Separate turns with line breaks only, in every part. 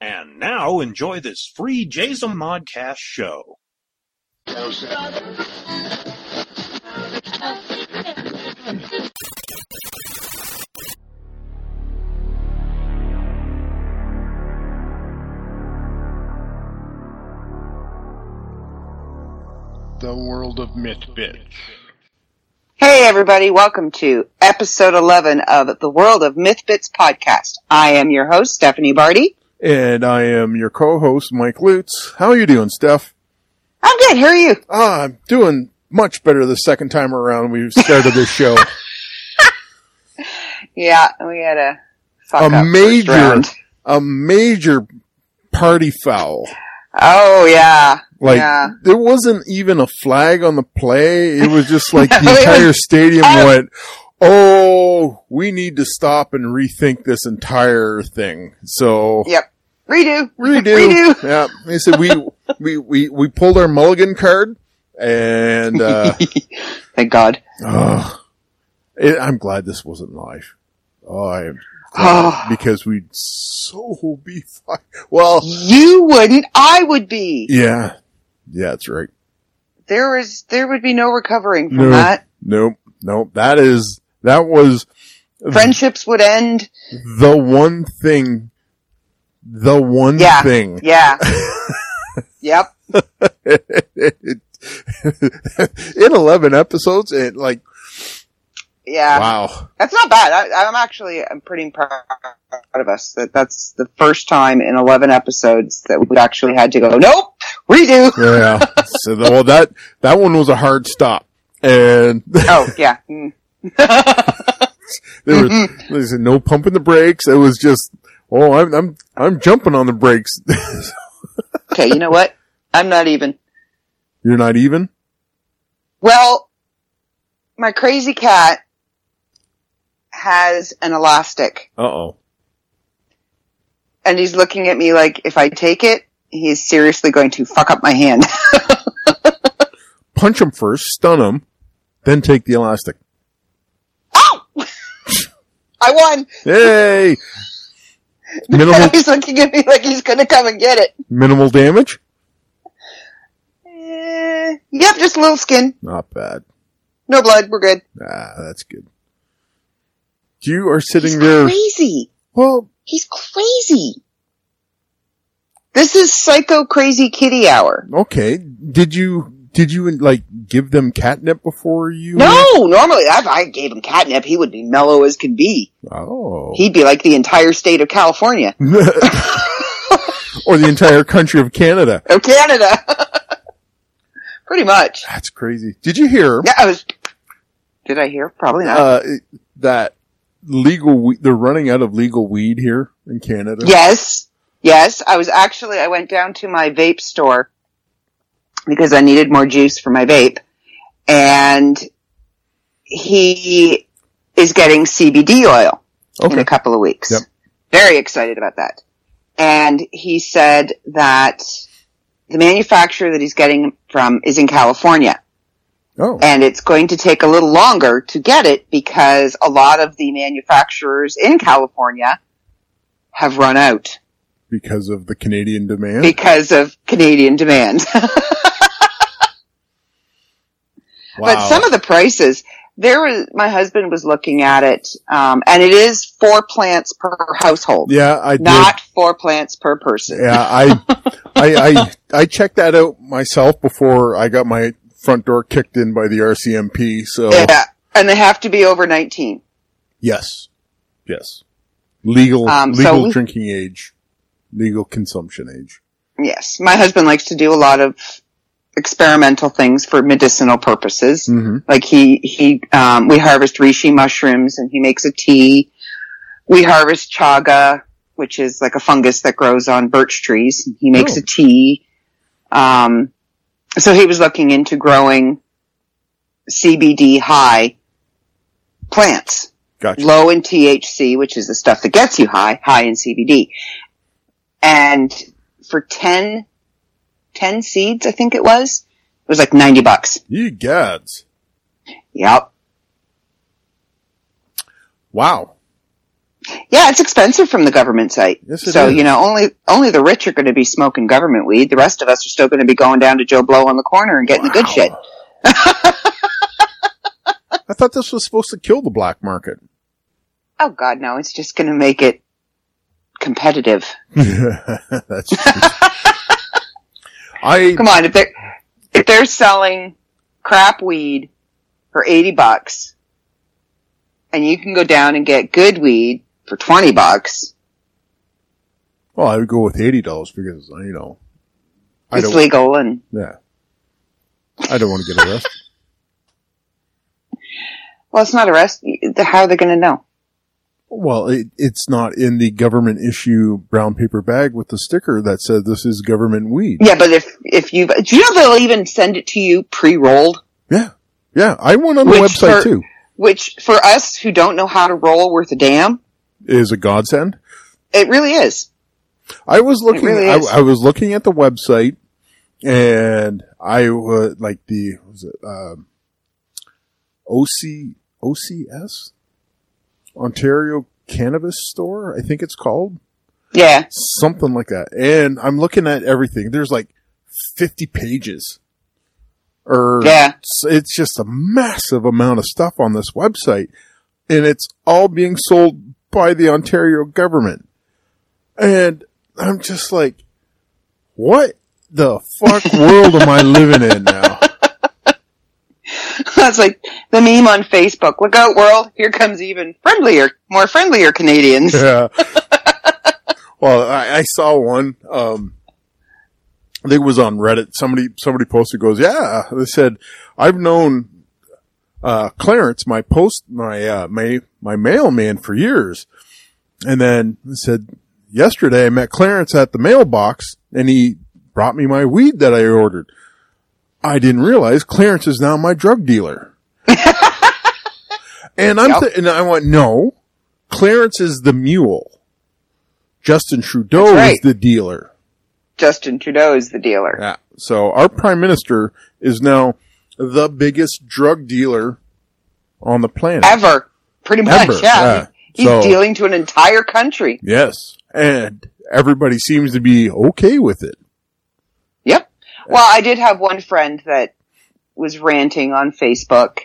And now enjoy this free Jason Modcast show.
The world of Myth Bitch.
Hey everybody, welcome to episode 11 of the World of Mythbits podcast. I am your host, Stephanie Barty.
And I am your co-host, Mike Lutz. How are you doing, Steph?
I'm good, how are you?
Ah, I'm doing much better the second time around we started this show.
Yeah, we had a fuck
a
up first
major,
round.
a major party foul.
Oh yeah.
Like,
yeah.
there wasn't even a flag on the play. It was just like the
No, it
entire stadium
Oh.
went, Oh, we need to stop and rethink this entire thing. So
Yep. Redo.
redo. Yeah, they said we we we we pulled our mulligan card, and uh,
Thank God.
ugh. It- I'm glad this wasn't live. Oh, I am glad,
Oh.
because we'd so be fine. Well,
You wouldn't, I would be.
yeah, yeah, that's right.
There is, there would be no recovering from
No.
that.
Nope, nope. That is that was
Friendships would end.
the one thing. The one
Yeah.
thing.
Yeah. yep.
in 11 episodes, it like,
Yeah.
wow.
That's not bad. I, I'm actually I'm pretty proud of us that that's the first time in 11 episodes that we actually had to go. Nope, redo.
Yeah. so the, well, that that one was a hard stop, and
Oh yeah, Mm.
there was, there was no pumping the brakes. It was just, oh, I'm I'm I'm jumping on the brakes.
okay. You know what? I'm not even.
You're not even.
Well, my crazy cat has an elastic,
Uh oh.
and he's looking at me like if I take it, he is seriously going to fuck up my hand.
Punch him first, stun him, then take the elastic.
Ow! Oh! I won.
Yay! Minimal
he's looking at me like he's going to come and get it.
minimal damage.
Eh, yep, just a little skin.
Not bad.
No blood. We're good.
Ah, that's good. You are sitting
He's
there.
crazy.
Well,
He's crazy. This is psycho crazy kitty hour.
okay. Did you did you like give them catnip before you?
No, normally if I gave him catnip, he would be mellow as can be.
Oh.
He'd be like the entire state of California
or the entire country of Canada.
or Canada. Pretty much.
That's crazy. Did you hear
Yeah, I was. Did I hear? Probably not.
uh, that legal? We- they're running out of legal weed here in Canada.
yes, yes. I was actually. I went down to my vape store because I needed more juice for my vape, and he is getting CBD oil. in
Okay.
a couple of weeks.
Yep.
Very excited about that. And he said that the manufacturer that he's getting from is in California
Oh.
and it's going to take a little longer to get it because a lot of the manufacturers in California have run out
Because of the Canadian demand.
because of Canadian demand.
wow.
But some of the prices, there was, my husband was looking at it, um, and it is four plants per household,
yeah, I
not four plants per person.
did. Yeah, I, I, I, I checked that out myself before I got my front door kicked in by the RCMP. So
Yeah, and they have to be over 19.
yes, yes, legal,
Um, so
legal
we-
drinking age, legal consumption age.
Yes, my husband likes to do a lot of experimental things for medicinal purposes.
Mm-hmm.
Like he he um, we harvest reishi mushrooms and he makes a tea. We harvest chaga, which is like a fungus that grows on birch trees. He makes
Oh.
a tea. Um, so he was looking into growing CBD high plants.
Gotcha.
low in THC, which is the stuff that gets you high, high in CBD. And for 10, 10 seeds, I think it was, it was like 90 bucks.
You gads.
Yep.
Wow.
Yeah, it's expensive from the government site.
Yes, it
so
is.
you know, only only the rich are going to be smoking government weed. The rest of us are still going to be going down to Joe Blow on the corner and getting the good
Wow.
shit.
I thought this was supposed to kill the black market.
Oh God, no! It's just going to make it competitive.
That's true. I
Come on, if they're if they're selling crap weed for eighty bucks, and you can go down and get good weed for twenty bucks,
well, I would go with eighty dollars because you know I
it's
don't
legal and
yeah I don't want to get arrested.
well, it's not arrest. How are they going to know?
well, it, it's not in the government issue brown paper bag with the sticker that said this is government weed.
Yeah, but if if you do you know they'll even send it to you pre rolled,
Yeah, yeah. I went on the
Which
website
part-
too.
which for us who don't know how to roll worth a damn,
It Is a godsend.
it really is.
I was looking.
really is.
I, I was looking at the website, and I was like the was it, um, OC OCS Ontario Cannabis Store. I think it's called
Yeah,
something like that. And I'm looking at everything. There's like 50 pages. Er, Or
Yeah.
it's, it's just a massive amount of stuff on this website. And it's all being sold by the Ontario government. And I'm just like, what the fuck world am I living in now?
that's like the meme on Facebook. Look out, world! Here comes even friendlier, more friendlier Canadians.
Yeah. well, I, I saw one. Um, I think it was on Reddit. Somebody somebody posted goes, yeah. They said, I've known uh, Clarence, my post, my uh, my my mailman for years, and then they said yesterday I met Clarence at the mailbox, and he brought me my weed that I ordered. I didn't realize Clarence is now my drug dealer. and I'm
Yep.
thi- and I went, no, Clarence is the mule. Justin Trudeau
That's right.
is the dealer.
Justin Trudeau is the dealer.
Yeah. So our prime minister is now the biggest drug dealer on the planet.
ever. Pretty much,
Ever,
yeah.
yeah.
He's
So-
dealing to an entire country.
yes. And everybody seems to be okay with it.
Yep. Well, I did have one friend that was ranting on Facebook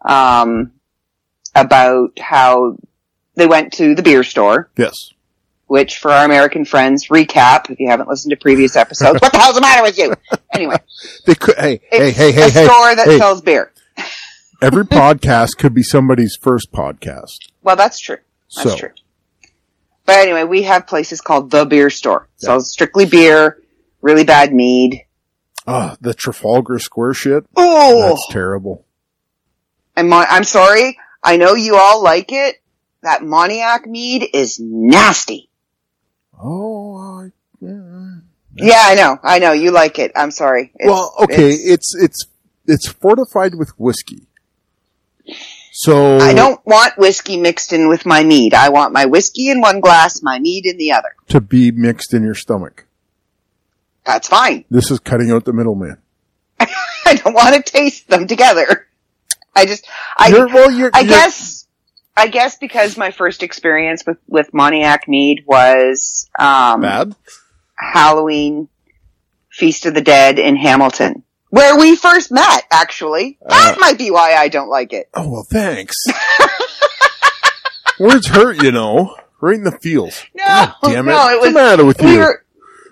um, about how they went to the beer store,
Yes.
which, for our American friends, recap if you haven't listened to previous episodes, what the hell's the matter with you? Anyway,
They could, hey, hey,
it's
hey, hey,
a
hey.
store that
hey.
sells beer.
Every podcast could be somebody's first podcast.
Well, that's true. That's
So-
true. But anyway, we have places called the beer store. So strictly beer, really bad mead.
Ah, the Trafalgar Square shit.
Oh,
That's terrible.
And Mon- I'm sorry. I know you all like it. That Moniac mead is nasty.
Oh, I, yeah.
Yeah, I know. I know you like it. I'm sorry. It's-
well, okay,
it's-
it's, it's it's fortified with whiskey. So
I don't want whiskey mixed in with my mead. I want my whiskey in one glass, my mead in the other.
to be mixed in your stomach.
That's fine.
This is cutting out the middleman.
I don't want to taste them together. I just, I,
You're- well, you're-
I
you're-
guess, I guess because my first experience with with Moniac mead was um,
bad.
Halloween Feast of the Dead in Hamilton, where we first met, actually.
Uh.
That might be why I don't like it.
Oh well, thanks. Words hurt, you know, right in the feels.
No,
God damn it!
no, it
What's
was-
the matter with
We
you?
were,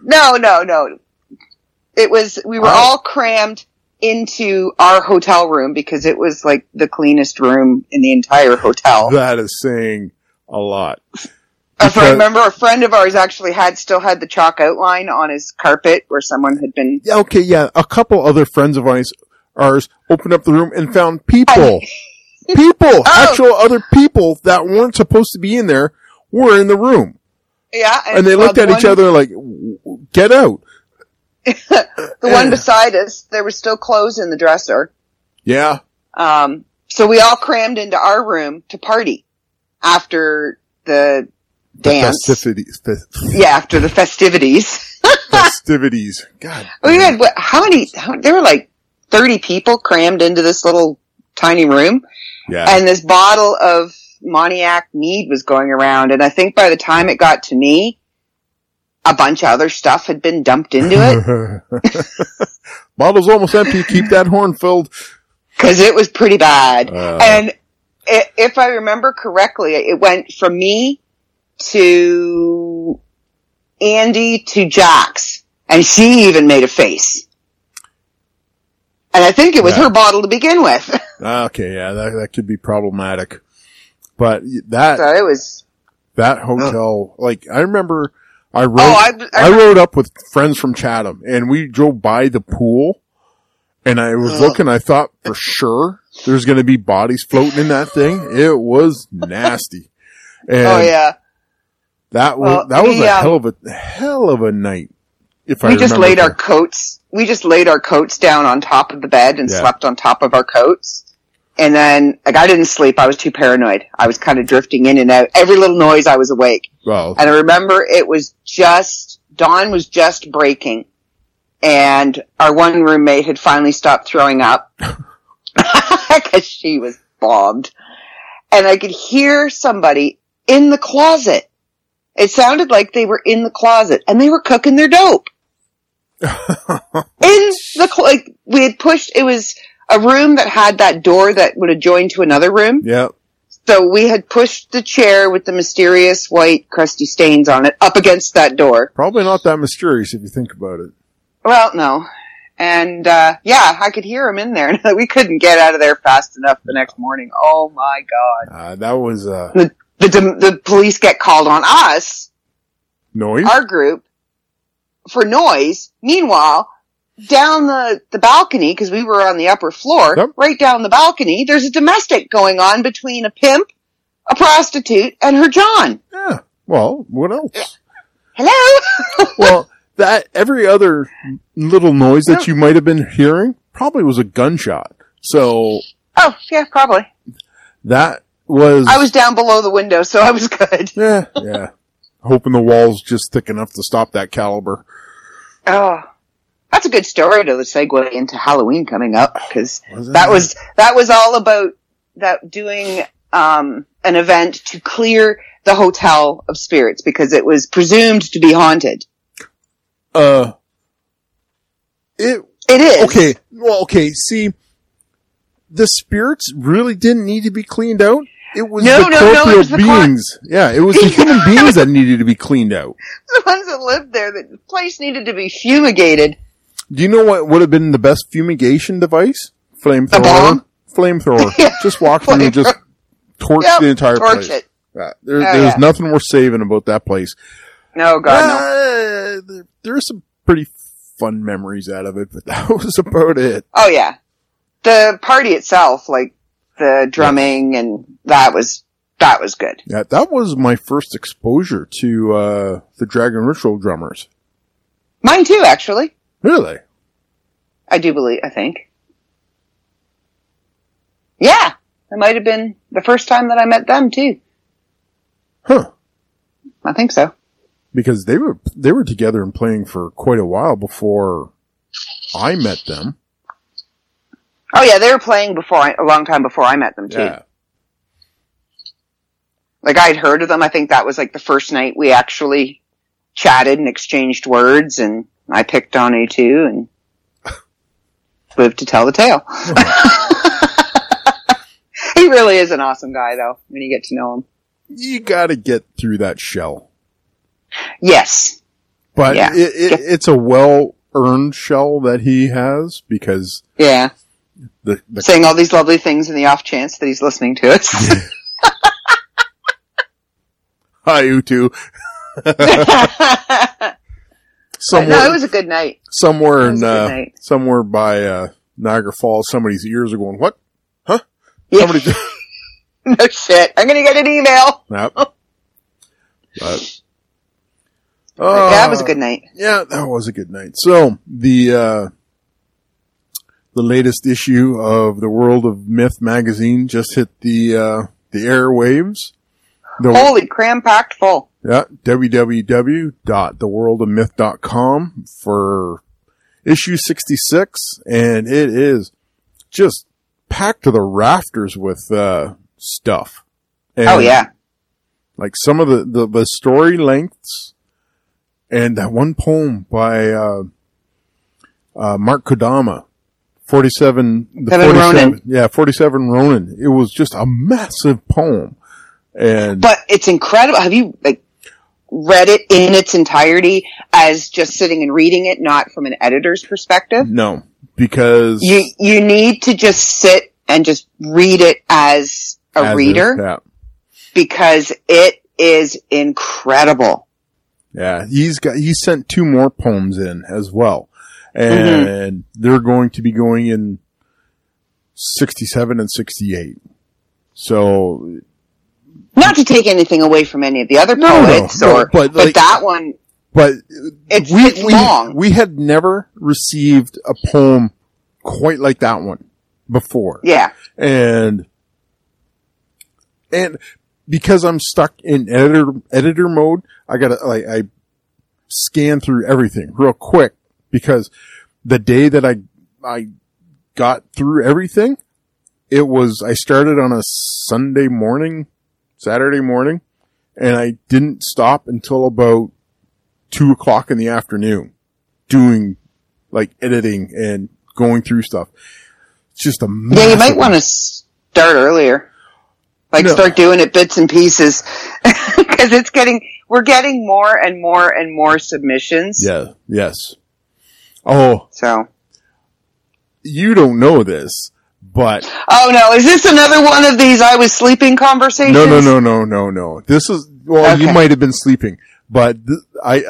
no, no, no. It was, we were
Oh.
all crammed into our hotel room because it was like the cleanest room in the entire hotel.
That is saying a lot.
If Uh, I
because-
remember, a friend of ours actually had, still had the chalk outline on his carpet where someone had been
Yeah, okay, yeah. A couple other friends of ours, ours opened up the room and found people.
Oh.
people! Actual other people that weren't supposed to be in there were in the room.
Yeah,
And they
well,
looked at
the
each
one-
other like, "W- w- get out.
The one beside us, there was still clothes in the dresser.
Yeah.
Um, so we all crammed into our room to party after the dance.
Festivities. fe-
yeah, after the festivities.
Festivities. God.
we had what, how many? How, there were like thirty people crammed into this little tiny room,
Yeah.
and this bottle of Moniac mead was going around, and I think by the time it got to me, a bunch of other stuff had been dumped into it
Bottle's almost empty. Keep that horn filled.
because it was pretty bad.
Uh,
and i if I remember correctly, it went from me to Andy to Jax, and she even made a face. And I think it was
Yeah.
her bottle to begin with, so
ah, okay, yeah, that, that could be problematic. But that
it was.
that hotel, like I remember, I rode,
Oh,
I,
I, I,
rode up with friends from Chatham, and we drove by the pool, and I was
Ugh.
looking. I thought for sure there's going to be bodies floating in that thing. It was nasty, and
oh yeah,
that was
Well,
that was
we,
a
um,
hell of a hell of a night. If I
we just
remember
laid our
correctly.
coats. We just laid our coats down on top of the bed and
Yeah.
slept on top of our coats. And then, like, I didn't sleep. I was too paranoid. I was kind of drifting in and out. Every little noise, I was awake.
well,
And I remember it was just, dawn was just breaking. And our one roommate had finally stopped throwing up because she was bombed. And I could hear somebody in the closet. It sounded like they were in the closet and they were cooking their dope. in the, cl- like, we had pushed, it was a room that had that door that would adjoin to another room.
yeah,
So we had pushed the chair with the mysterious white crusty stains on it up against that door.
probably not that mysterious if you think about it.
Well, no. And, uh, yeah, I could hear him in there and we couldn't get out of there fast enough the next morning. Oh my God.
Uh, that was uh,
The, dem- the police get called on us,
noise.
our group, for noise. Meanwhile, down the, the balcony, cause we were on the upper floor,
Yep.
right down the balcony, there's a domestic going on between a pimp, a prostitute, and her John.
yeah. Well, what else?
Hello?
well, that every other little noise that you might have been hearing probably was a gunshot. So
Oh, yeah, probably.
that was.
I was down below the window, so I was good.
Yeah, yeah. Hoping the wall's just thick enough to stop that caliber.
Oh, that's a good story to segue into Halloween coming up because
Was it?
that was that was all about that doing um, an event to clear the hotel of spirits because it was presumed to be haunted.
Uh. It
It is
okay. Well, okay. See, the spirits really didn't need to be cleaned out. It was
No,
the
no, no, it
corporeal
was the cor-
beings. yeah, it was the human beings that needed to be cleaned out.
The ones that lived there, the place needed to be fumigated.
Do you know what would have been the best fumigation device? Flamethrower.
A bomb?
Flamethrower.
Yeah.
Just walk through and just torch
Yep,
the entire
torch
place.
it.
Yeah, there-
Oh,
there's
yeah.
nothing worth saving about that place.
No, Oh, God, no.
Uh, there, there are some pretty fun memories out of it, but that was about it.
Oh yeah, the party itself, like the drumming and that was that was good.
Yeah, that was my first exposure to uh, the Dragon Ritual drummers.
Mine too, actually.
Really?
I do believe. I think. Yeah, it might have been the first time that I met them too.
Huh.
I think so.
Because they were they were together and playing for quite a while before I met them.
Oh yeah, they were playing before I, a long time before I met them too. Like I'd heard of them. I think that was like the first night we actually chatted and exchanged words, and I picked on you too, and lived to tell the tale. he really is an awesome guy, though. When you get to know him,
You got to get through that shell.
yes,
but
Yeah.
it, it, it's a well earned shell that he has because
yeah,
the, the
saying all these lovely things in the off chance that he's listening to us.
hi Utu
no,
somewhere
it was a good night.
somewhere
it was
in
a good
uh,
night.
somewhere by uh, Niagara Falls somebody's ears are going what
Yeah,
somebody
no shit. I'm gonna get an email.
Nope. But-
But yeah, it was a
Uh,
good night.
Yeah, that was a good night. So the uh, the latest issue of the World of Myth magazine just hit the uh, the airwaves. The,
Holy cram packed full.
Yeah, www.theworldofmyth.com for issue 66. And it is just packed to the rafters with, uh, stuff. And
oh yeah.
Like some of the, the, the story lengths and that one poem by, uh, uh, Mark Kodama, 47, the
Seven
47,
Ronin.
yeah, 47 Ronin. It was just a massive poem. And
But it's incredible. Have you like read it in its entirety as just sitting and reading it, not from an editor's perspective?
no, because
You you need to just sit and just read it as a
as is-
reader
yeah.
because it is incredible.
Yeah, he's got he sent two more poems in as well, and they're going to be going in sixty-seven and sixty-eight. So
Not to take anything away from any of the other
No, no,
poets
no,
or
but,
but,
like-
that one
but
It's-
we,
it's
we,
long.
we had never received a poem quite like that one before.
yeah.
And, and because I'm stuck in editor, editor mode, I gotta, like, I scan through everything real quick because the day that I, I got through everything, it was, I started on a Sunday morning, Saturday morning, and I didn't stop until about two o'clock in the afternoon doing like editing and going through stuff. It's just a
Yeah, you might want to start earlier. Like
No.
start doing it bits and pieces because it's getting we're getting more and more and more submissions.
Yeah. Yes. Oh,
So,
you don't know this, but
oh no, is this another one of these I was sleeping conversations?
no, no, no, no, no, no. This is well, you
Okay.
might have been sleeping, but th- I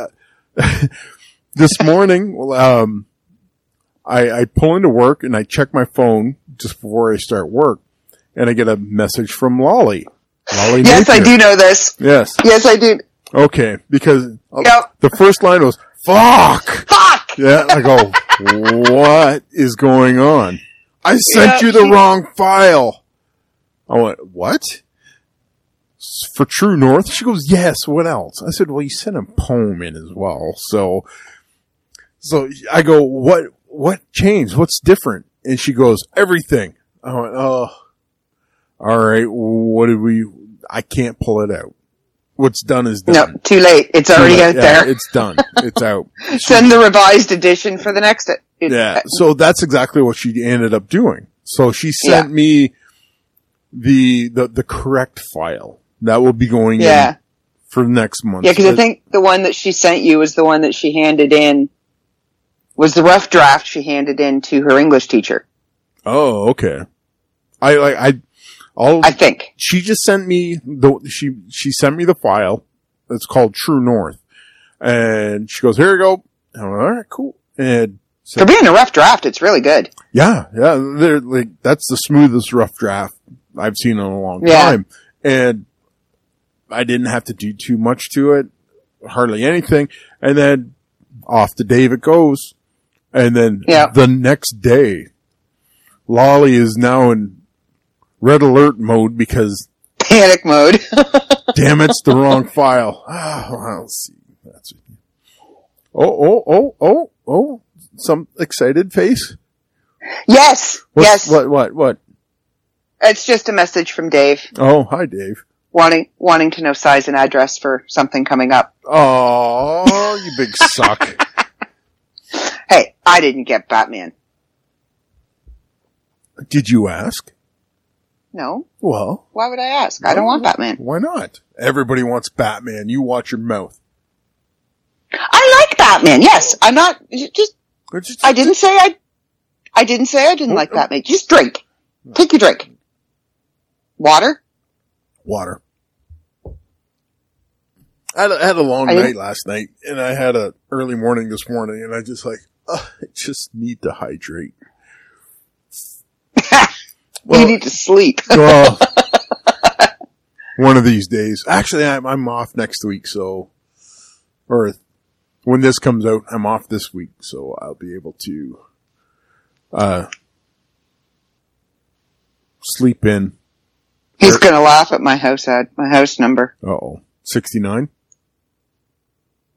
uh, this morning, well, um, I, I pull into work and I check my phone just before I start work, and I get a message from Lolly. Lolly
Yes, I
Napier.
do know this.
Yes.
Yes, I do.
Okay. Because uh,
Yep.
the first line was "fuck."
Fuck.
Yeah. I go, what is going on? I sent
Yeah,
you the
she-
wrong file. I went, what? S- For True North? She goes, yes. What else? I said, well, you sent a poem in as well. So, so I go, what, what changed? What's different? And she goes, everything. I went, oh, all right. What did we, I can't pull it out. What's done is done.
No, too late. It's already
Yeah,
out there.
It's done. It's out.
Send the revised edition for the next. it- uh,
Yeah. So that's exactly what she ended up doing. So she sent me the, the the correct file that will be going
Yeah.
in for next month.
Yeah, because I think the one that she sent you was the one that she handed in. Was the rough draft she handed in to her English teacher?
Oh, okay. I like I all
I think.
she just sent me the she she sent me the file. It's called True North, and she goes, "Here you go." And I'm like, All right, cool. And so,
For being a rough draft, it's really good.
Yeah, yeah, they're like that's the smoothest rough draft I've seen in a long
Yeah.
time, and I didn't have to do too much to it, hardly anything, and then off to Dave it goes, and then
Yeah.
the next day, Lolly is now in red alert mode because
Panic mode.
damn it's the wrong file. Ah, well, let's see. That's oh oh oh oh oh some excited face.
yes,
What's-
yes.
What what what?
It's just a message from Dave
Oh, hi, Dave.
wanting wanting to know size and address for something coming up.
Oh, you big suck.
Hey, I didn't get Batman.
Did you ask?
No,
Well,
why would I ask? I don't want Batman.
why not? Everybody wants Batman. You watch your mouth.
I like Batman. Yes, I'm not j- just.
Or just-
I didn't say I. I didn't say I didn't like Batman. Just drink. Take your drink. Water.
Water. I had a, I had a long
I
night
didn't-
last night, and I had a early morning this morning, and I just like, "Ugh, I just need to hydrate.
you need to sleep.
well, one of these days. Actually, I'm, I'm off next week, so, or when this comes out, I'm off this week, so I'll be able to, uh, sleep in.
He's gonna laugh at my house ad, my house number.
Uh oh. 69?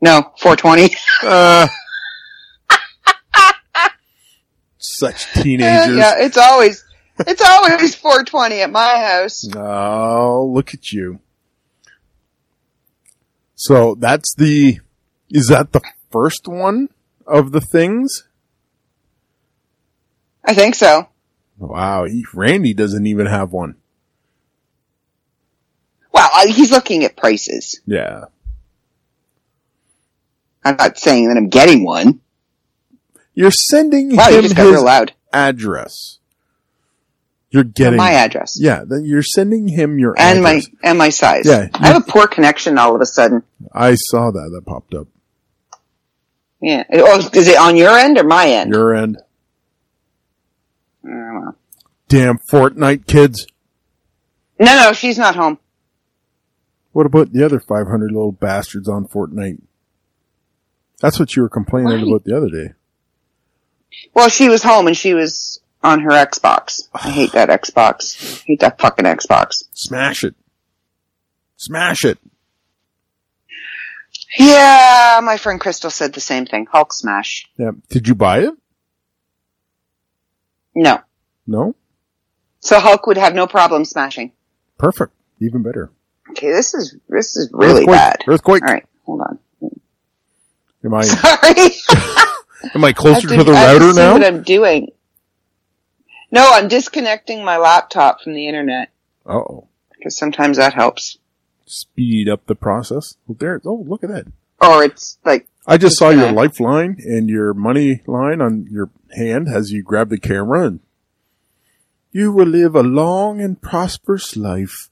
No, 420.
Uh, such teenagers.
yeah, it's always. It's always 420 at my house.
Oh, look at you. So that's the, is that the first one of the things?
I think so.
Wow. He, Randy doesn't even have one.
Well, I- he's looking at prices.
Yeah.
I'm not saying that I'm getting one.
You're sending
Wow, you
him
just got real
his
loud.
address. You're getting,
My address.
yeah, then you're sending him your
And my
address.
and my size.
Yeah.
I have a poor connection all of a sudden.
I saw that. That popped up.
Yeah. Oh, is it on your end or my end?
Your end.
I don't know.
Damn Fortnite kids.
No, no, she's not home.
What about the other 500 little bastards on Fortnite? That's what you were complaining
Right.
about the other day.
Well, she was home and she was on her Xbox. I hate that Xbox. hate that fucking Xbox.
Smash it. Smash it.
Yeah, my friend Crystal said the same thing. Hulk smash.
Yeah. Did you buy it?
No.
No?
So Hulk would have no problem smashing.
Perfect. Even better.
Okay, this is this is really
Earthquake.
bad.
Earthquake.
All right, hold on.
Am I
Sorry.
am I
I have
closer
to-
to the
I have to
router
see What
now?
I'm doing? No, I'm disconnecting my laptop from the internet
Uh oh.
because sometimes that helps.
Speed up the process. Well there oh look at that.
Or it's like
I just saw your
Okay.
lifeline and your money line on your hand as you grab the camera and you will live a long and prosperous life.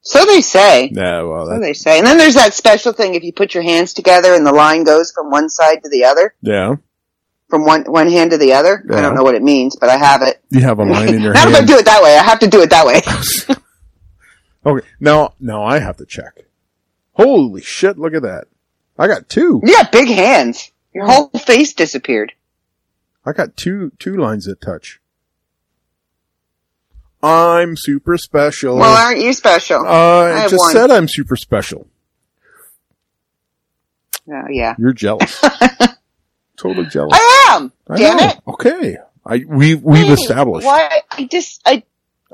so they say.
Yeah, well
So
that,
they say. And then there's that special thing if you put your hands together and the line goes from one side to the other,
yeah.
from one one hand to the other. I
Yeah.
don't know what it means, but I have it.
You have a line in your
I'm gonna
hand.
do it that way. I have to do it that way.
Okay. Now now I have to check. Holy shit, look at that. I got two.
you got big hands. Your whole face disappeared.
I got two two lines that touch. I'm super special.
Well, aren't you special? I
I
have
just
one.
said I'm super special.
oh yeah,
You're jealous. totally jealous.
I am.
I
damn
know.
it.
Okay. I we we've
Hey,
established.
Why? I just I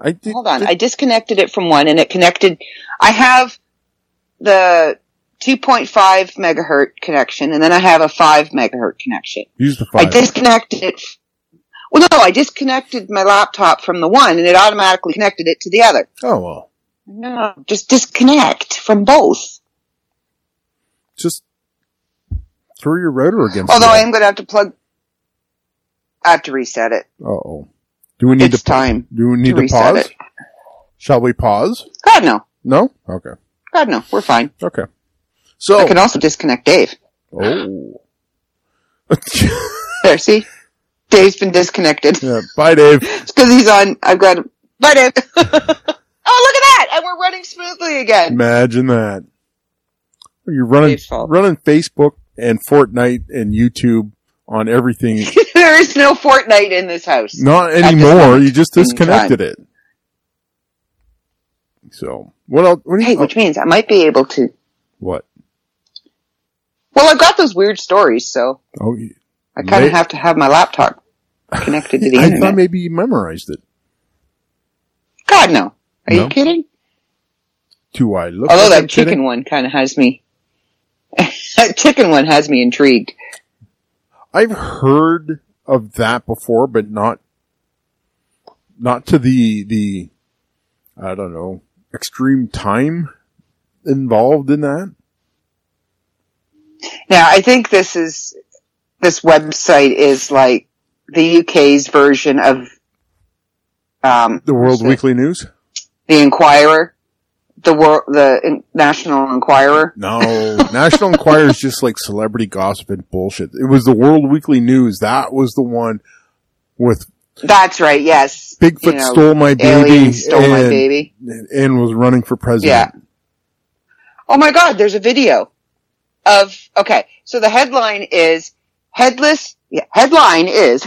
I did,
hold on.
did-
I disconnected it from one, and it connected. I have the 2.5 megahertz connection, and then I have a 5 megahertz connection.
use the five.
I disconnected it. f- Well, no, I disconnected my laptop from the one, and it automatically connected it to the other.
oh well.
No, just disconnect from both.
Just throw your rotor against.
Although I am going to have to plug. I have to reset it.
Uh oh. Do we need
It's
to pa-
time.
do we need
to
to,
reset
pause?
it.
Shall we pause?
God no,
No? Okay.
God no, we're fine.
Okay. So
I can also disconnect Dave.
Oh.
There, see, Dave's been disconnected.
yeah. Bye Dave.
It's because he's on. I've got. But it. oh, look at that! And we're running smoothly again.
Imagine that. You're running
Dave's fault.
running Facebook and Fortnite and YouTube on everything.
there is no Fortnite in this house.
Not
just
anymore.
moment
You just
in
disconnected it. So what else? What? do you-
Hey, which means I might be able to.
what?
Well, I've got those weird stories, so
Oh, you-
I kind
May-
of have to have my laptop connected to the
I
internet.
thought maybe you memorized it.
God, no. Are
No.
you kidding?
Do I look?
Although
like I'm
that chicken
kidding?
one kind of has me. that chicken one has me intrigued.
I've heard of that before, but not not to the the I don't know extreme time involved in that.
Now, I think this is this website is like the UK's version of um,
The World
what's it?
Weekly News.
the Inquirer, the world, the in- National Enquirer.
No, National Enquirer is just like celebrity gossip and bullshit. It was the World Weekly News. That was the one with
That's right. Yes,
Bigfoot
You know,
stole my baby,
Alien stole
and,
my baby.
and was running for president.
Oh my God! There's a video of okay. So the headline is headless. Yeah, headline is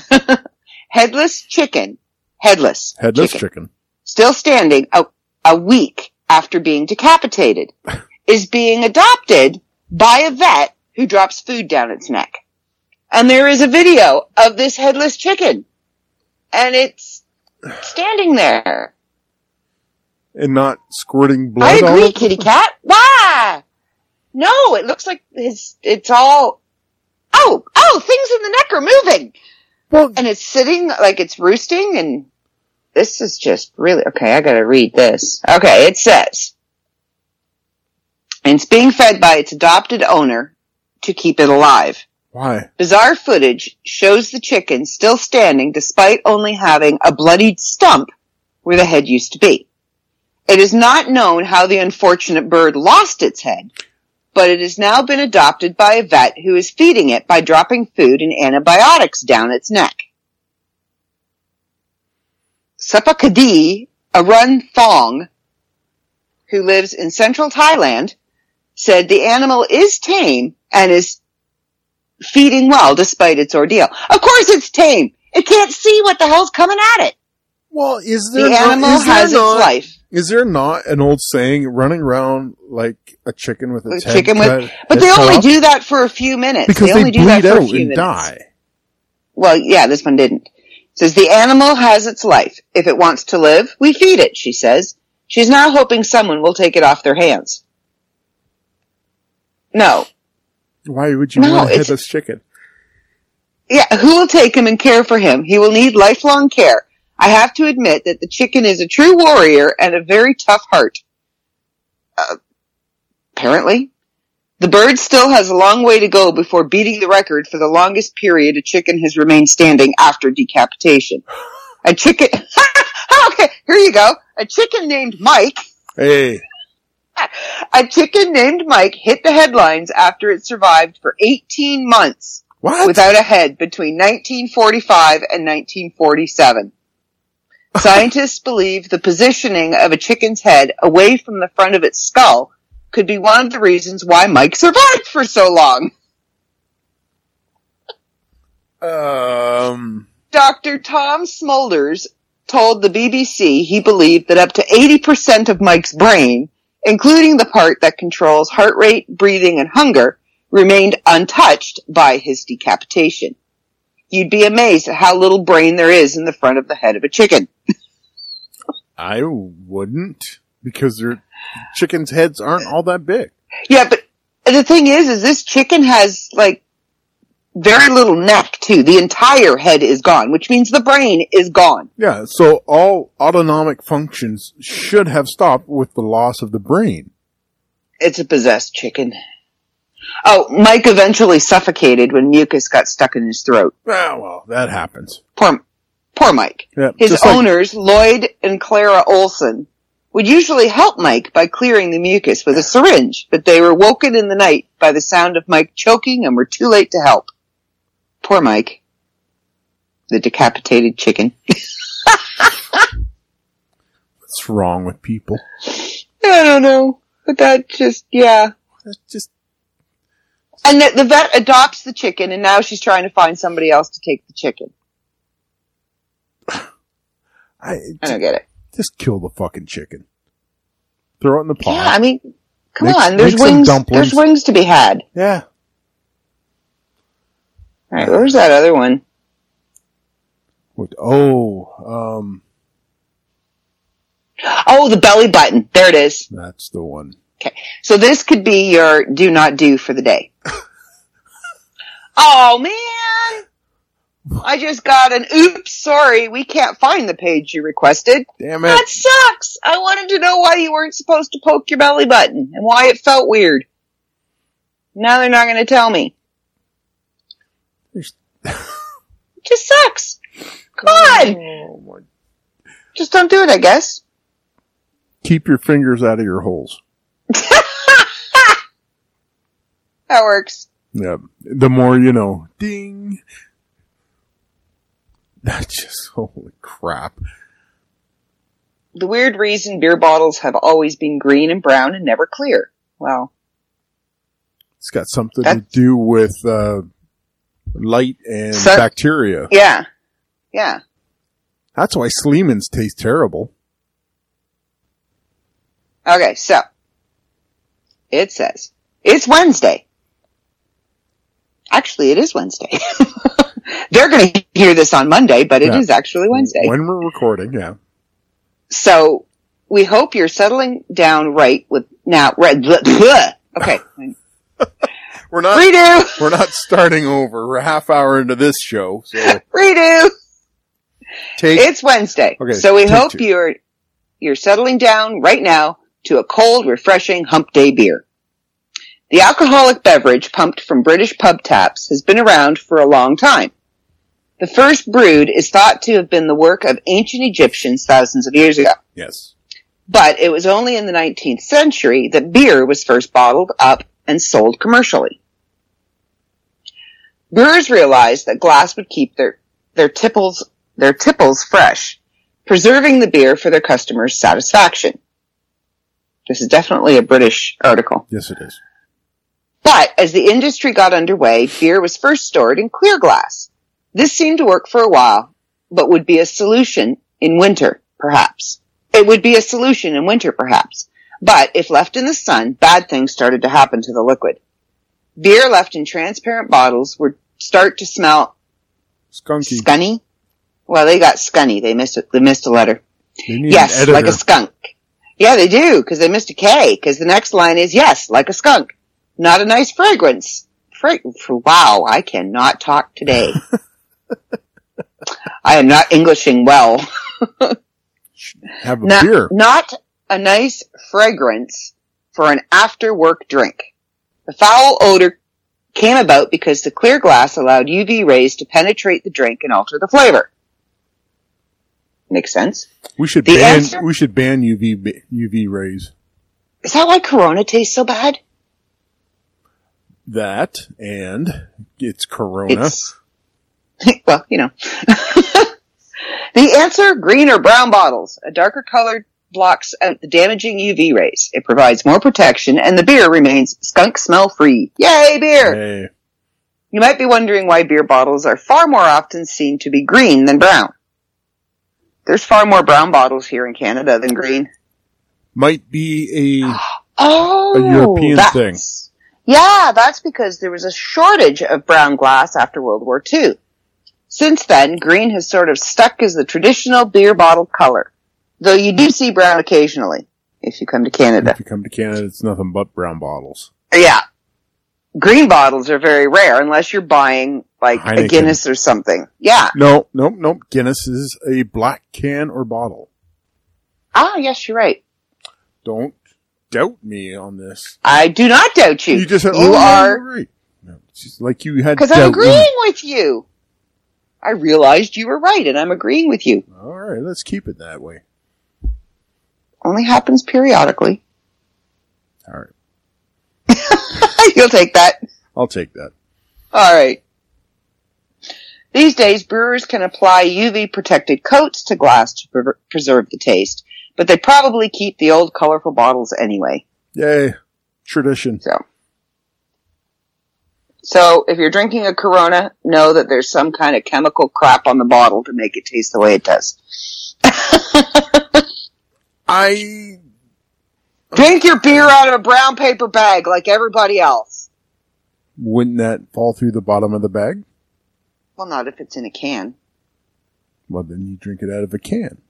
headless chicken. Headless
Headless
chicken.
chicken.
still standing a, a week after being decapitated, is being adopted by a vet who drops food down its neck. And there is a video of this headless chicken. And it's standing there.
and not squirting
I
blood on
agree,
it.
kitty cat. Why? No, it looks like his, it's all, oh, oh, things in the neck are moving.
Well,
And it's sitting like it's roosting and this is just really, okay, I gotta read this. Okay, it says, it's being fed by its adopted owner to keep it alive.
why?
Bizarre footage shows the chicken still standing despite only having a bloodied stump where the head used to be. It is not known how the unfortunate bird lost its head, but it has now been adopted by a vet who is feeding it by dropping food and antibiotics down its neck. Sepakadi Arun Thong, who lives in central Thailand, said the animal is tame and is feeding well despite its ordeal. Of course it's tame. It can't see what the hell's coming at it.
Well, is
The
there not-
animal
is there
has its
not-
life.
Is there not an old saying running around like a chicken with its
A
head
chicken with-
cut-
But they
head cut
only
off?
do that for a few minutes.
because
they only do that
bleed
for
out
a few
and
minutes.
die.
Well, yeah, this one didn't. It says the animal has its life. If it wants to live, we feed it, she says. She's now hoping someone will take it off their hands. No.
Why would you
No,
want to hit
it's-
this chicken?
Yeah, who will take him and care for him? He will need lifelong care. I have to admit that the chicken is a true warrior and a very tough heart. Uh, apparently. The bird still has a long way to go before beating the record for the longest period a chicken has remained standing after decapitation. A chicken, okay, here you go. A chicken named Mike
Hey,
a chicken named Mike hit the headlines after it survived for 18 months
What?
without a head between 1945 and 1947. Scientists believe the positioning of a chicken's head away from the front of its skull could be one of the reasons why Mike survived for so long.
um,
Dr. Tom Smulders told the BBC he believed that up to 80% of Mike's brain, including the part that controls heart rate, breathing, and hunger, remained untouched by his decapitation. You'd be amazed at how little brain there is in the front of the head of a chicken.
I wouldn't because their chickens' heads aren't all that big.
Yeah, but the thing is, is this chicken has like very little neck too. The entire head is gone, which means the brain is gone.
Yeah, so all autonomic functions should have stopped with the loss of the brain.
It's a possessed chicken. Oh, Mike eventually suffocated when mucus got stuck in his throat.
Ah, well, that happens.
Poor, poor Mike.
Yeah,
His
just like-
owners, Lloyd and Clara Olson, would usually help Mike by clearing the mucus with a syringe, but they were woken in the night by the sound of Mike choking and were too late to help. Poor Mike. The decapitated chicken.
What's wrong with people?
I don't know, but that just, yeah.
That's just
And the, the vet adopts the chicken, and now she's trying to find somebody else to take the chicken.
I
I don't get it.
just kill the fucking chicken. Throw it in the pot.
Yeah, I mean, come
Make-
on. There's
make some
wings.
dumplings.
There's wings to be had.
yeah.
All right, where's that other one?
What- oh, um,
Oh, the belly button. There it is.
that's the one.
So this could be your do not do for the day. oh man, I just got an oops. Sorry, we can't find the page you requested.
Damn
That
it!
sucks. I wanted to know why you weren't supposed to poke your belly button and why it felt weird. Now they're not going to tell me. it
There's-
just sucks. Come on.
Oh, my.
Just don't do it, I guess.
Keep your fingers out of your holes.
That works.
Yeah, the more you know. Ding. That's just holy crap.
The weird reason beer bottles have always been green and brown and never clear. Well,
It's got something
That's-
to do with uh, light and
So-
bacteria.
yeah. Yeah.
That's why Sleemans taste terrible.
Okay, so it says it's Wednesday. Actually, it is Wednesday. They're going to hear this on Monday, but it is
Yeah.
actually Wednesday.
When we're recording, yeah.
So we hope you're settling down right with now. Right, bleh, bleh. okay,
We're not
redo,
we're not starting over. We're a half hour into this show. So
redo.
take
It's Wednesday,
Okay,
so we
take
hope
two.
you you're you're settling down right now to a cold, refreshing Hump Day beer. The alcoholic beverage pumped from British pub taps has been around for a long time. The first brewed is thought to have been the work of ancient Egyptians thousands of years ago.
Yes.
But it was only in the 19th century that beer was first bottled up and sold commercially. Brewers realized that glass would keep their, their tipples, their tipples fresh, preserving the beer for their customers' satisfaction. This is definitely a British article.
Yes it is.
But as the industry got underway, beer was first stored in clear glass. This seemed to work for a while, but would be a solution in winter, perhaps. It would be a solution in winter, perhaps. But if left in the sun, bad things started to happen to the liquid. Beer left in transparent bottles would start to smell
Skunky.
scunny. Well, they got scunny. They missed it. They missed a letter.
They need an
yes,
editor.
like a skunk. Yeah, they do, because they missed a K, because the next line is, yes, like a skunk. Not a nice fragrance. Fra- wow, I cannot talk today. I am not Englishing well.
have a
Not,
beer.
not a nice fragrance for an after work drink. The foul odor came about because the clear glass allowed UV rays to penetrate the drink and alter the flavor. Makes sense.
We should
The
ban
answer-
we should ban UV ba- UV rays.
Is that why Corona tastes so bad?
That and it's corona.
It's, well, you know. the answer, green or brown bottles. A darker color blocks out the damaging UV rays. It provides more protection and the beer remains skunk smell free. Yay, beer!
Hey,
You might be wondering why beer bottles are far more often seen to be green than brown. There's far more brown bottles here in Canada than green.
might be a
Oh,
European
that's-
thing.
Yeah, that's because there was a shortage of brown glass after World War II. Since then, green has sort of stuck as the traditional beer bottle color, though you do see brown occasionally if you come to Canada.
if you come to Canada, it's nothing but brown bottles.
Yeah. Green bottles are very rare unless you're buying like a
Heineken.
Guinness or something. Yeah.
No, nope, nope. Guinness is a black can or bottle.
Ah, yes, you're right.
Don't doubt me on this.
I do not doubt you.
You just said,
you
"Oh, yeah,
are
you're right." No, it's just like you had
because I'm
doubt
agreeing with you. I realized you were right, and I'm agreeing with you.
me. All right, let's keep it that way.
Only happens periodically.
All right,
You'll take that.
I'll take that.
All right. These days, brewers can apply UV protected coats to glass to pre- preserve the taste, but they probably keep the old colorful bottles anyway.
Yay, tradition.
So, so if you're drinking a Corona, know that there's some kind of chemical crap on the bottle to make it taste the way it does.
I
Drink your beer out of a brown paper bag like everybody else.
wouldn't that fall through the bottom of the bag?
Well, not if it's in a can,
Well, then you drink it out of a can.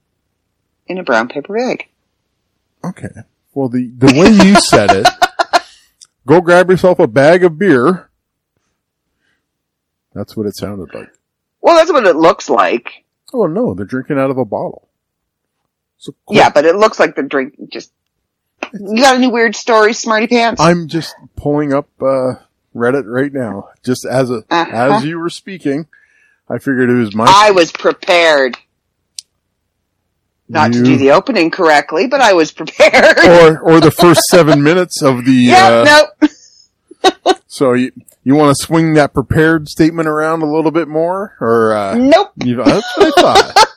in a brown paper bag.
Okay. Well, the the way you said it, go grab yourself a bag of beer. That's what it sounded like.
Well, that's what it looks like.
Oh no, they're drinking out of a bottle. So cool.
Yeah, but it looks like the drink just. You got any weird stories, Smarty Pants?
I'm just pulling up uh, Reddit right now, just as a
Uh-huh.
as you were speaking. I figured it was my
I was prepared not
you- Oh,
to do the opening correctly, but I was prepared.
or or the first seven minutes of the.
yeah,
uh,
no.
So you you want to swing that prepared statement around a little bit more, or uh,
Nope.
you know, that's what I thought.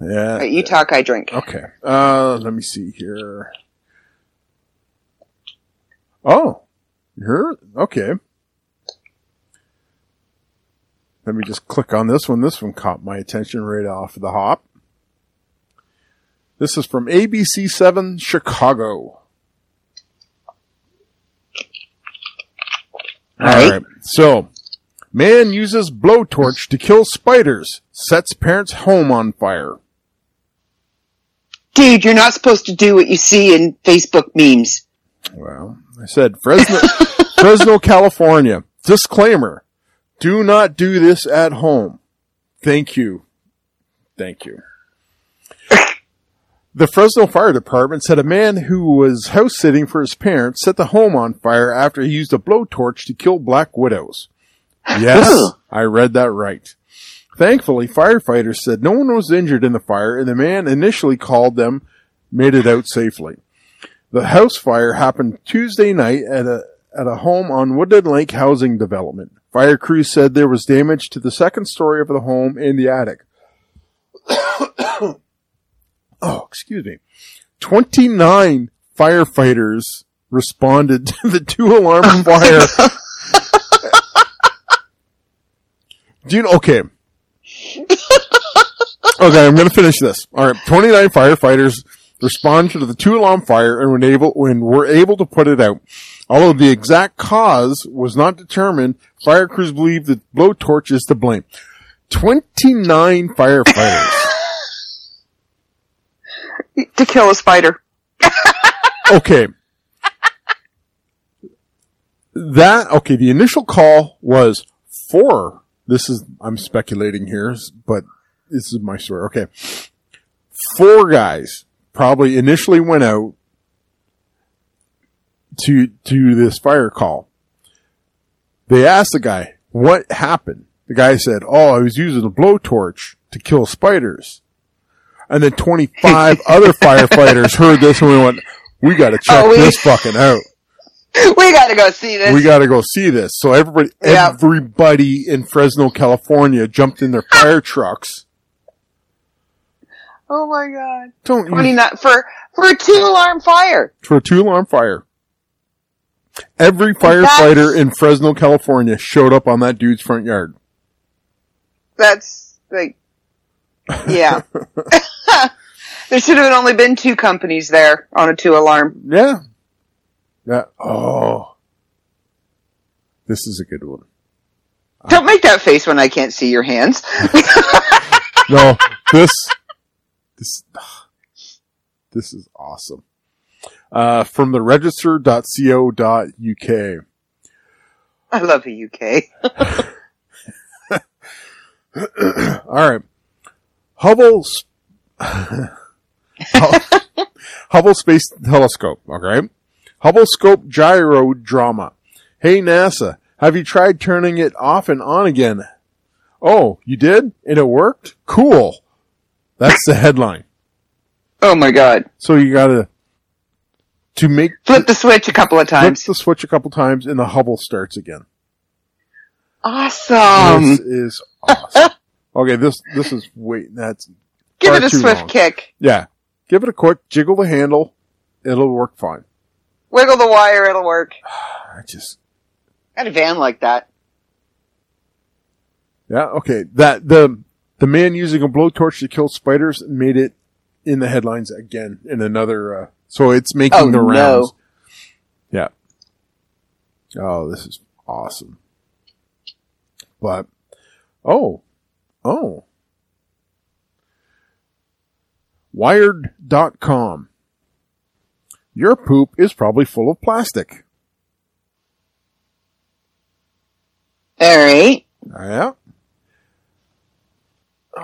yeah.
All right, you talk, I drink.
Okay. Uh, let me see here. Oh, here. Okay. Let me just click on this one. This one caught my attention right off the hop. This is from ABC7 Chicago.
All right.
So, man uses blowtorch to kill spiders, sets parents' home on fire.
Dude, you're not supposed to do what you see in Facebook memes.
Well, I said Fresno, Fresno, California. Disclaimer: Do not do this at home. Thank you, thank you. The Fresno Fire Department said a man who was house sitting for his parents set the home on fire after he used a blowtorch to kill black widows. Yes, I read that right. Thankfully, firefighters said no one was injured in the fire and the man initially called them made it out safely. The house fire happened Tuesday night at a at a home on Woodland Lake housing development. Fire crews said there was damage to the second story of the home and the attic. oh, excuse me. 29 firefighters responded to the two alarm fire. Do you know, okay. Okay, I'm going to finish this. All right. 29 firefighters responded to the two alarm fire and were able, and were able to put it out. Although the exact cause was not determined, fire crews believe that blowtorch is to blame. 29 firefighters.
To kill a spider.
okay. That, okay, the initial call was four. This is, I'm speculating here, but this is my story. Okay. Four guys probably initially went out to, to this fire call. They asked the guy, what happened? The guy said, oh, I was using a blowtorch to kill spiders. And then 25 other firefighters heard this and we went, we gotta check
Oh, we-
this fucking out
We gotta go see this.
we got to go see this. So everybody,
Yeah.
everybody in Fresno, California, jumped in their fire trucks.
oh my god.
Don't you-
29, for, for a two alarm fire.
for a two alarm fire. Every firefighter in Fresno, California, showed up on that dude's front yard.
That's like, yeah. there should have only been two companies there on a two alarm.
Yeah, yeah. Oh, this is a good one.
Don't make that face when I can't see your hands.
no, this, this, this is awesome. Uh, from the register.co.uk.
I love the UK.
All right. Hubble's Hubble Space Telescope. Okay. Hubble Scope Gyro Drama. Hey NASA, have you tried turning it off and on again? Oh, you did? And it worked? Cool. That's the headline.
Oh my god.
So you gotta, to make,
Flip the switch a couple of
flip
times.
the switch a couple times and the Hubble starts again.
Awesome. Um.
this is awesome. okay, this, this is, wait, that's,
Give it
far
a
too
swift
long.
kick.
Yeah. Give it a quick jiggle the handle. It'll work fine.
Wiggle the wire, it'll work.
I just,
Got a van like that.
yeah. Okay. That, the, the man using a blowtorch to kill spiders made it in the headlines again in another, uh, so it's making
Oh,
the
no.
rounds. Yeah. Oh, this is awesome. But, oh, oh. Wired.com. Your poop is probably full of plastic.
Alright.
Yeah.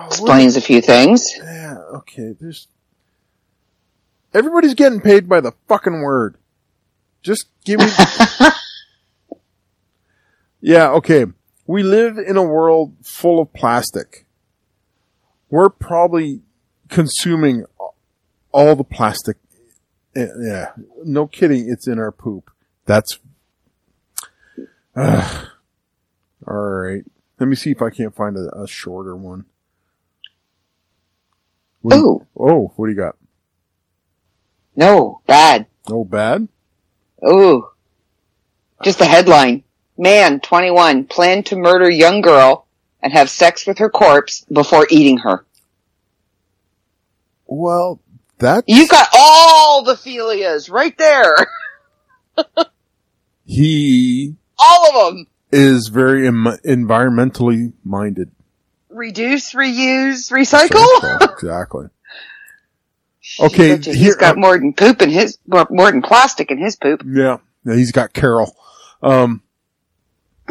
Explains a few things.
Yeah, okay. There's everybody's getting paid by the fucking word. Just give me Yeah, okay. We live in a world full of plastic. We're probably consuming all the plastic. Eh, Yeah, no kidding. It's in our poop. That's. Ugh. All right. Let me see if I can't find a, a shorter one. What do you-
Ooh.
Oh, what do you got?
No, bad.
Oh, bad?
Ooh. Just the headline. Man, 21, planned to murder young girl and have sex with her corpse before eating her.
Well, that
You got all the philias right there.
he
All of them.
is very em- environmentally minded.
Reduce, reuse, recycle.
Recycle, Exactly. Okay,
Shit, he's
here- uh,
got more than poop in his more, more than plastic in his poop.
Yeah. Yeah, he's got Carol. Um,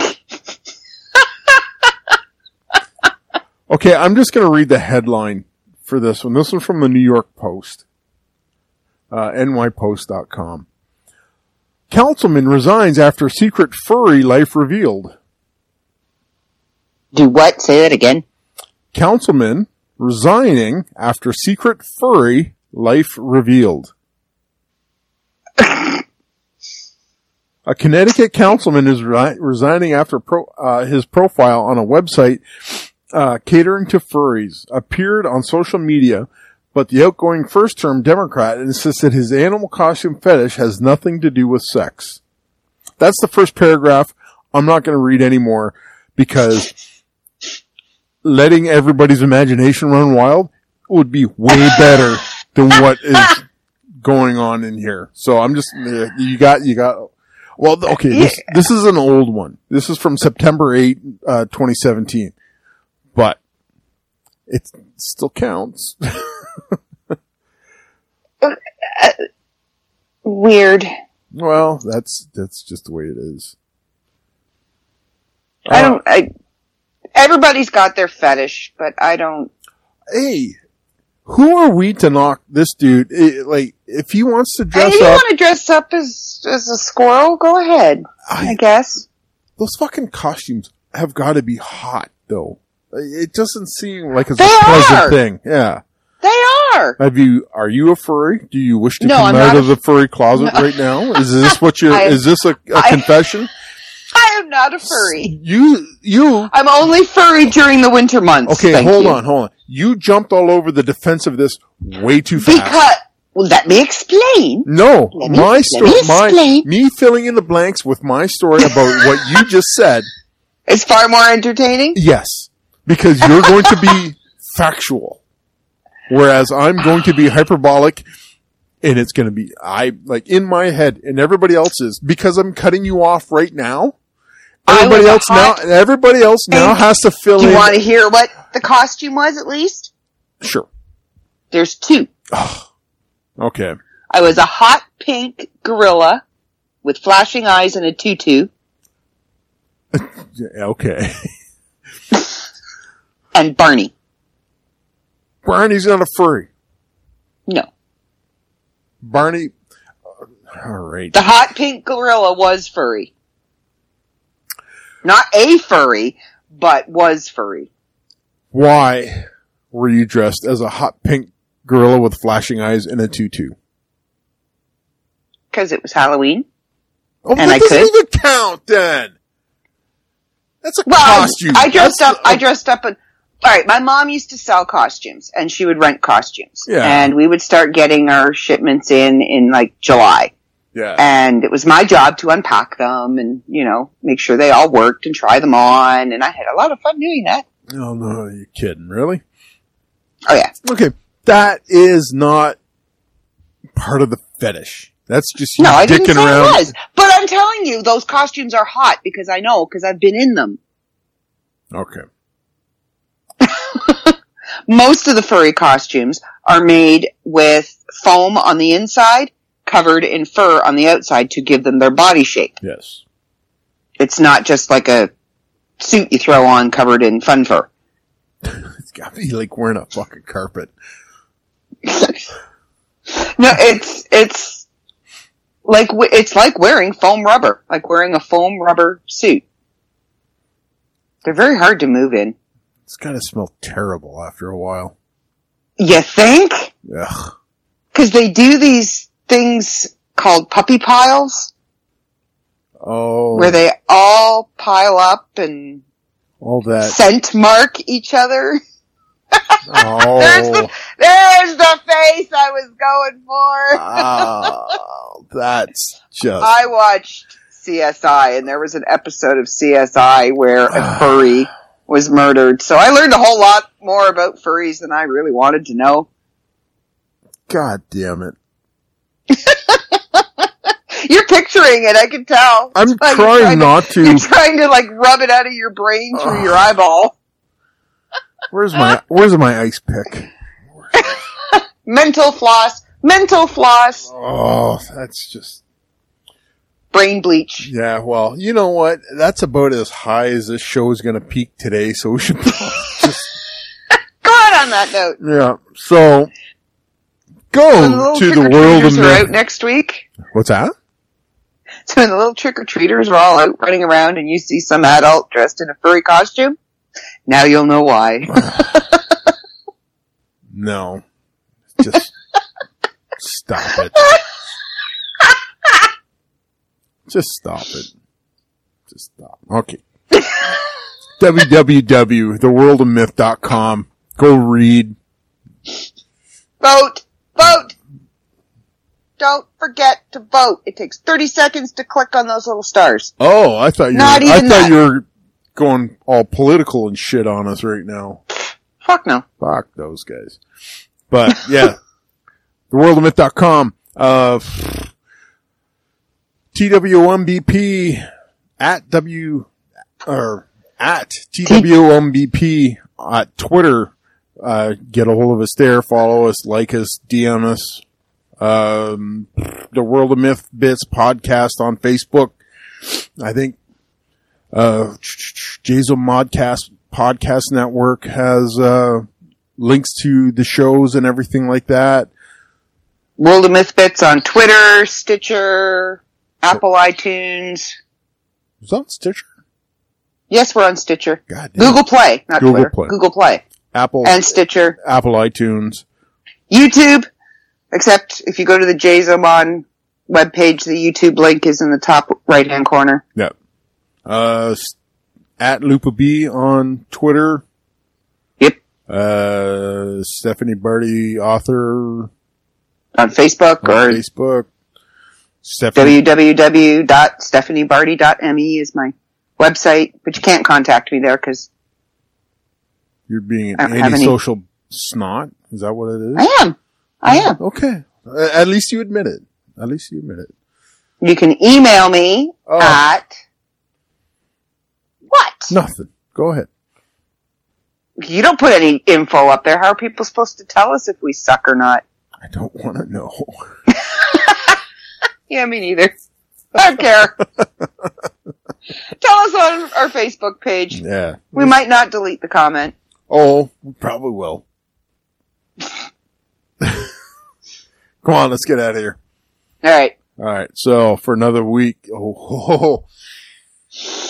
okay, I'm just going to read the headline for this one. This one's from the New York Post, uh, nypost.com. Councilman resigns after secret furry life revealed.
Do what? Say that again.
Councilman resigning after secret furry life revealed. a Connecticut councilman is ri- resigning after pro- uh, his profile on a website uh, catering to furries appeared on social media, but the outgoing first term Democrat insisted his animal costume fetish has nothing to do with sex. That's the first paragraph. I'm not going to read anymore because letting everybody's imagination run wild would be way better than what is going on in here. So I'm just you got you got well th- okay this this is an old one. This is from September 8 uh 2017. But it still counts.
Weird.
well, that's that's just the way it is.
I
Uh,
don't. I, everybody's got their fetish, but I don't.
hey, who are we to knock this dude? It- like if he wants to
I mean,
dress
if you
up
want to dress up as as a squirrel, go ahead.
I-
I guess.
those fucking costumes have got to be hot though. It doesn't seem like it's
They
a pleasant
are!
thing. Yeah.
They are.
Have you? Are you a furry? Do you wish to
No,
come
I'm
out
not
of the furry closet right now? Is this what you? are
I-
is this a, a
I-
confession?
I am not a furry.
You you.
I'm only furry during the winter months.
Okay,
thank
hold
you.
on, hold on. You jumped all over the defense of this way too fast.
Because well, let me explain.
no,
Let me-
my
let
story,
me
my
explain.
me filling in the blanks with my story about what you just said.
It's far more entertaining.
Yes, because you're going to be factual, whereas I'm going to be hyperbolic, and it's going to be I like in my head and everybody else's because I'm cutting you off right now.
I
Everybody
was a
else now,
hot-
everybody else now
Thank-
has to fill
Do you
in.
want to hear what the costume was? At least
sure.
there's two.
Okay.
I was a hot pink gorilla with flashing eyes and a tutu,
Yeah, Okay.
and Barney.
Barney's not a furry.
No,
Barney. uh, All right.
the hot pink gorilla was furry, not a furry, but was furry.
Why were you dressed as a hot pink gorilla with flashing eyes and a tutu?
Because it was Halloween.
Oh,
And
that
I
doesn't
could.
even count then. That's a
Well, I-
costume.
I dressed
That's-
up. I dressed up. In, all right, my mom used to sell costumes, and she would rent costumes,
Yeah.
and we would start getting our shipments in in like July,
Yeah.
and it was my job to unpack them and you know make sure they all worked and try them on, and I had a lot of fun doing that.
No, no, you're kidding. Really?
Oh yeah,
Okay. That is not part of the fetish. That's just you
no, I
dicking
didn't say
around.
it was, but I'm telling you, those costumes are hot because I know because I've been in them.
Okay.
Most of the furry costumes are made with foam on the inside, covered in fur on the outside to give them their body shape.
Yes.
it's not just like a suit you throw on covered in fun fur.
It's got to be like wearing a fucking carpet.
No, it's it's like w- it's like wearing foam rubber, like wearing a foam rubber suit. They're very hard to move in.
It's got to smell terrible after a while.
You think?
Ugh.
Because they do these things called puppy piles,
Oh,
where they all pile up and
all that.
scent mark each other. There's
Oh,
the there's the face I was going for.
oh, that's just.
I watched CSI, and there was an episode of CSI where a furry was murdered. So I learned a whole lot more about furries than I really wanted to know.
God damn it.
You're picturing it. I can tell.
I'm
Like, you're
trying not to.
You're trying to like rub it out of your brain through
Ugh.
your eyeball.
Where's
Uh-huh.
my Where's my ice pick?
Mental floss. Mental floss.
Oh, that's just
Brain bleach.
yeah. Well, you know what? That's about as high as this show is going to peak today. So we should
Go on on that note.
yeah. So
When
go Oh, to the world of
trick-or-treaters are out
myth.
next week.
What's that?
So when the little trick or treaters are all out running around, and you see some adult dressed in a furry costume. Now you'll know why.
No, just stop it. Just stop it. Just stop. Okay. www.theworldofmyth.com. Go read.
Vote! Vote! Don't forget to vote. It takes 30 seconds to click on those little stars.
Oh, I thought you. Were,
Not
I
even
thought
that.
you were going all political and shit on us right now.
Fuck no.
Fuck those guys. But yeah, theworldofmyth.com. Uh, TWMBP at W or at TWMBP at Twitter. Uh, get a hold of us there. Follow us, like us, DM us. Um, the World of Myth Bits podcast on Facebook. I think uh, Jason Modcast Podcast Network has uh, links to the shows and everything like that.
World of Mythbits on Twitter, Stitcher, Apple iTunes.
Is that on Stitcher?
Yes, we're on Stitcher.
God damn.
Google Play, not
Google
Twitter.
Play.
Google Play.
Apple,
And Stitcher.
Apple iTunes.
YouTube, except if you go to the JZomon webpage, the YouTube link is in the top right hand corner.
Yep. Uh, s- at Lupa B on Twitter.
Yep.
Uh, Stephanie Barty, author
On Facebook
on
or
Facebook. Stephanie.
www.stephaniebarty.me is my website, but you can't contact me there because
You're being
I
an
don't have any-
antisocial snot. Is that what it is?
I am. I am.
Okay. Uh, at least you admit it. At least you admit it.
You can email me
Oh.
at what?
Nothing. Go ahead.
You don't put any info up there. How are people supposed to tell us if we suck or not?
I don't want to know.
Yeah, me neither. I don't care. tell us on our Facebook page.
Yeah.
We might not delete the comment.
Oh, we probably will. Come on, let's get out of here.
All right.
All right. So for another week. Oh,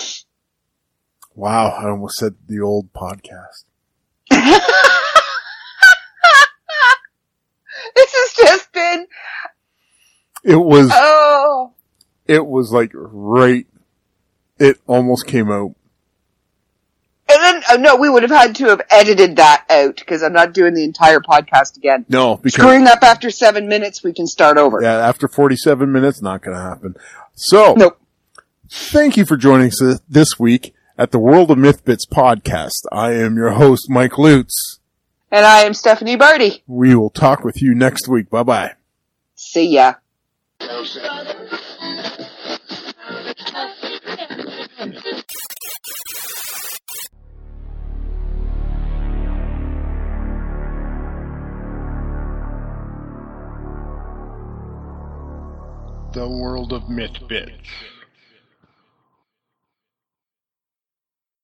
wow. I almost said the old podcast.
This has just been,
It was,
oh.
it was like right. It almost came out.
And then, oh no, we would have had to have edited that out because I'm not doing the entire podcast again.
No, because
Screwing up after seven minutes, we can start over.
yeah, after 47 minutes, not going to happen. So
Nope.
Thank you for joining us th- this week at the World of Mythbits podcast. I am your host, Mike Lutz.
And I am Stephanie Barty.
We will talk with you next week. Bye bye.
See ya.
The World of Mythbits.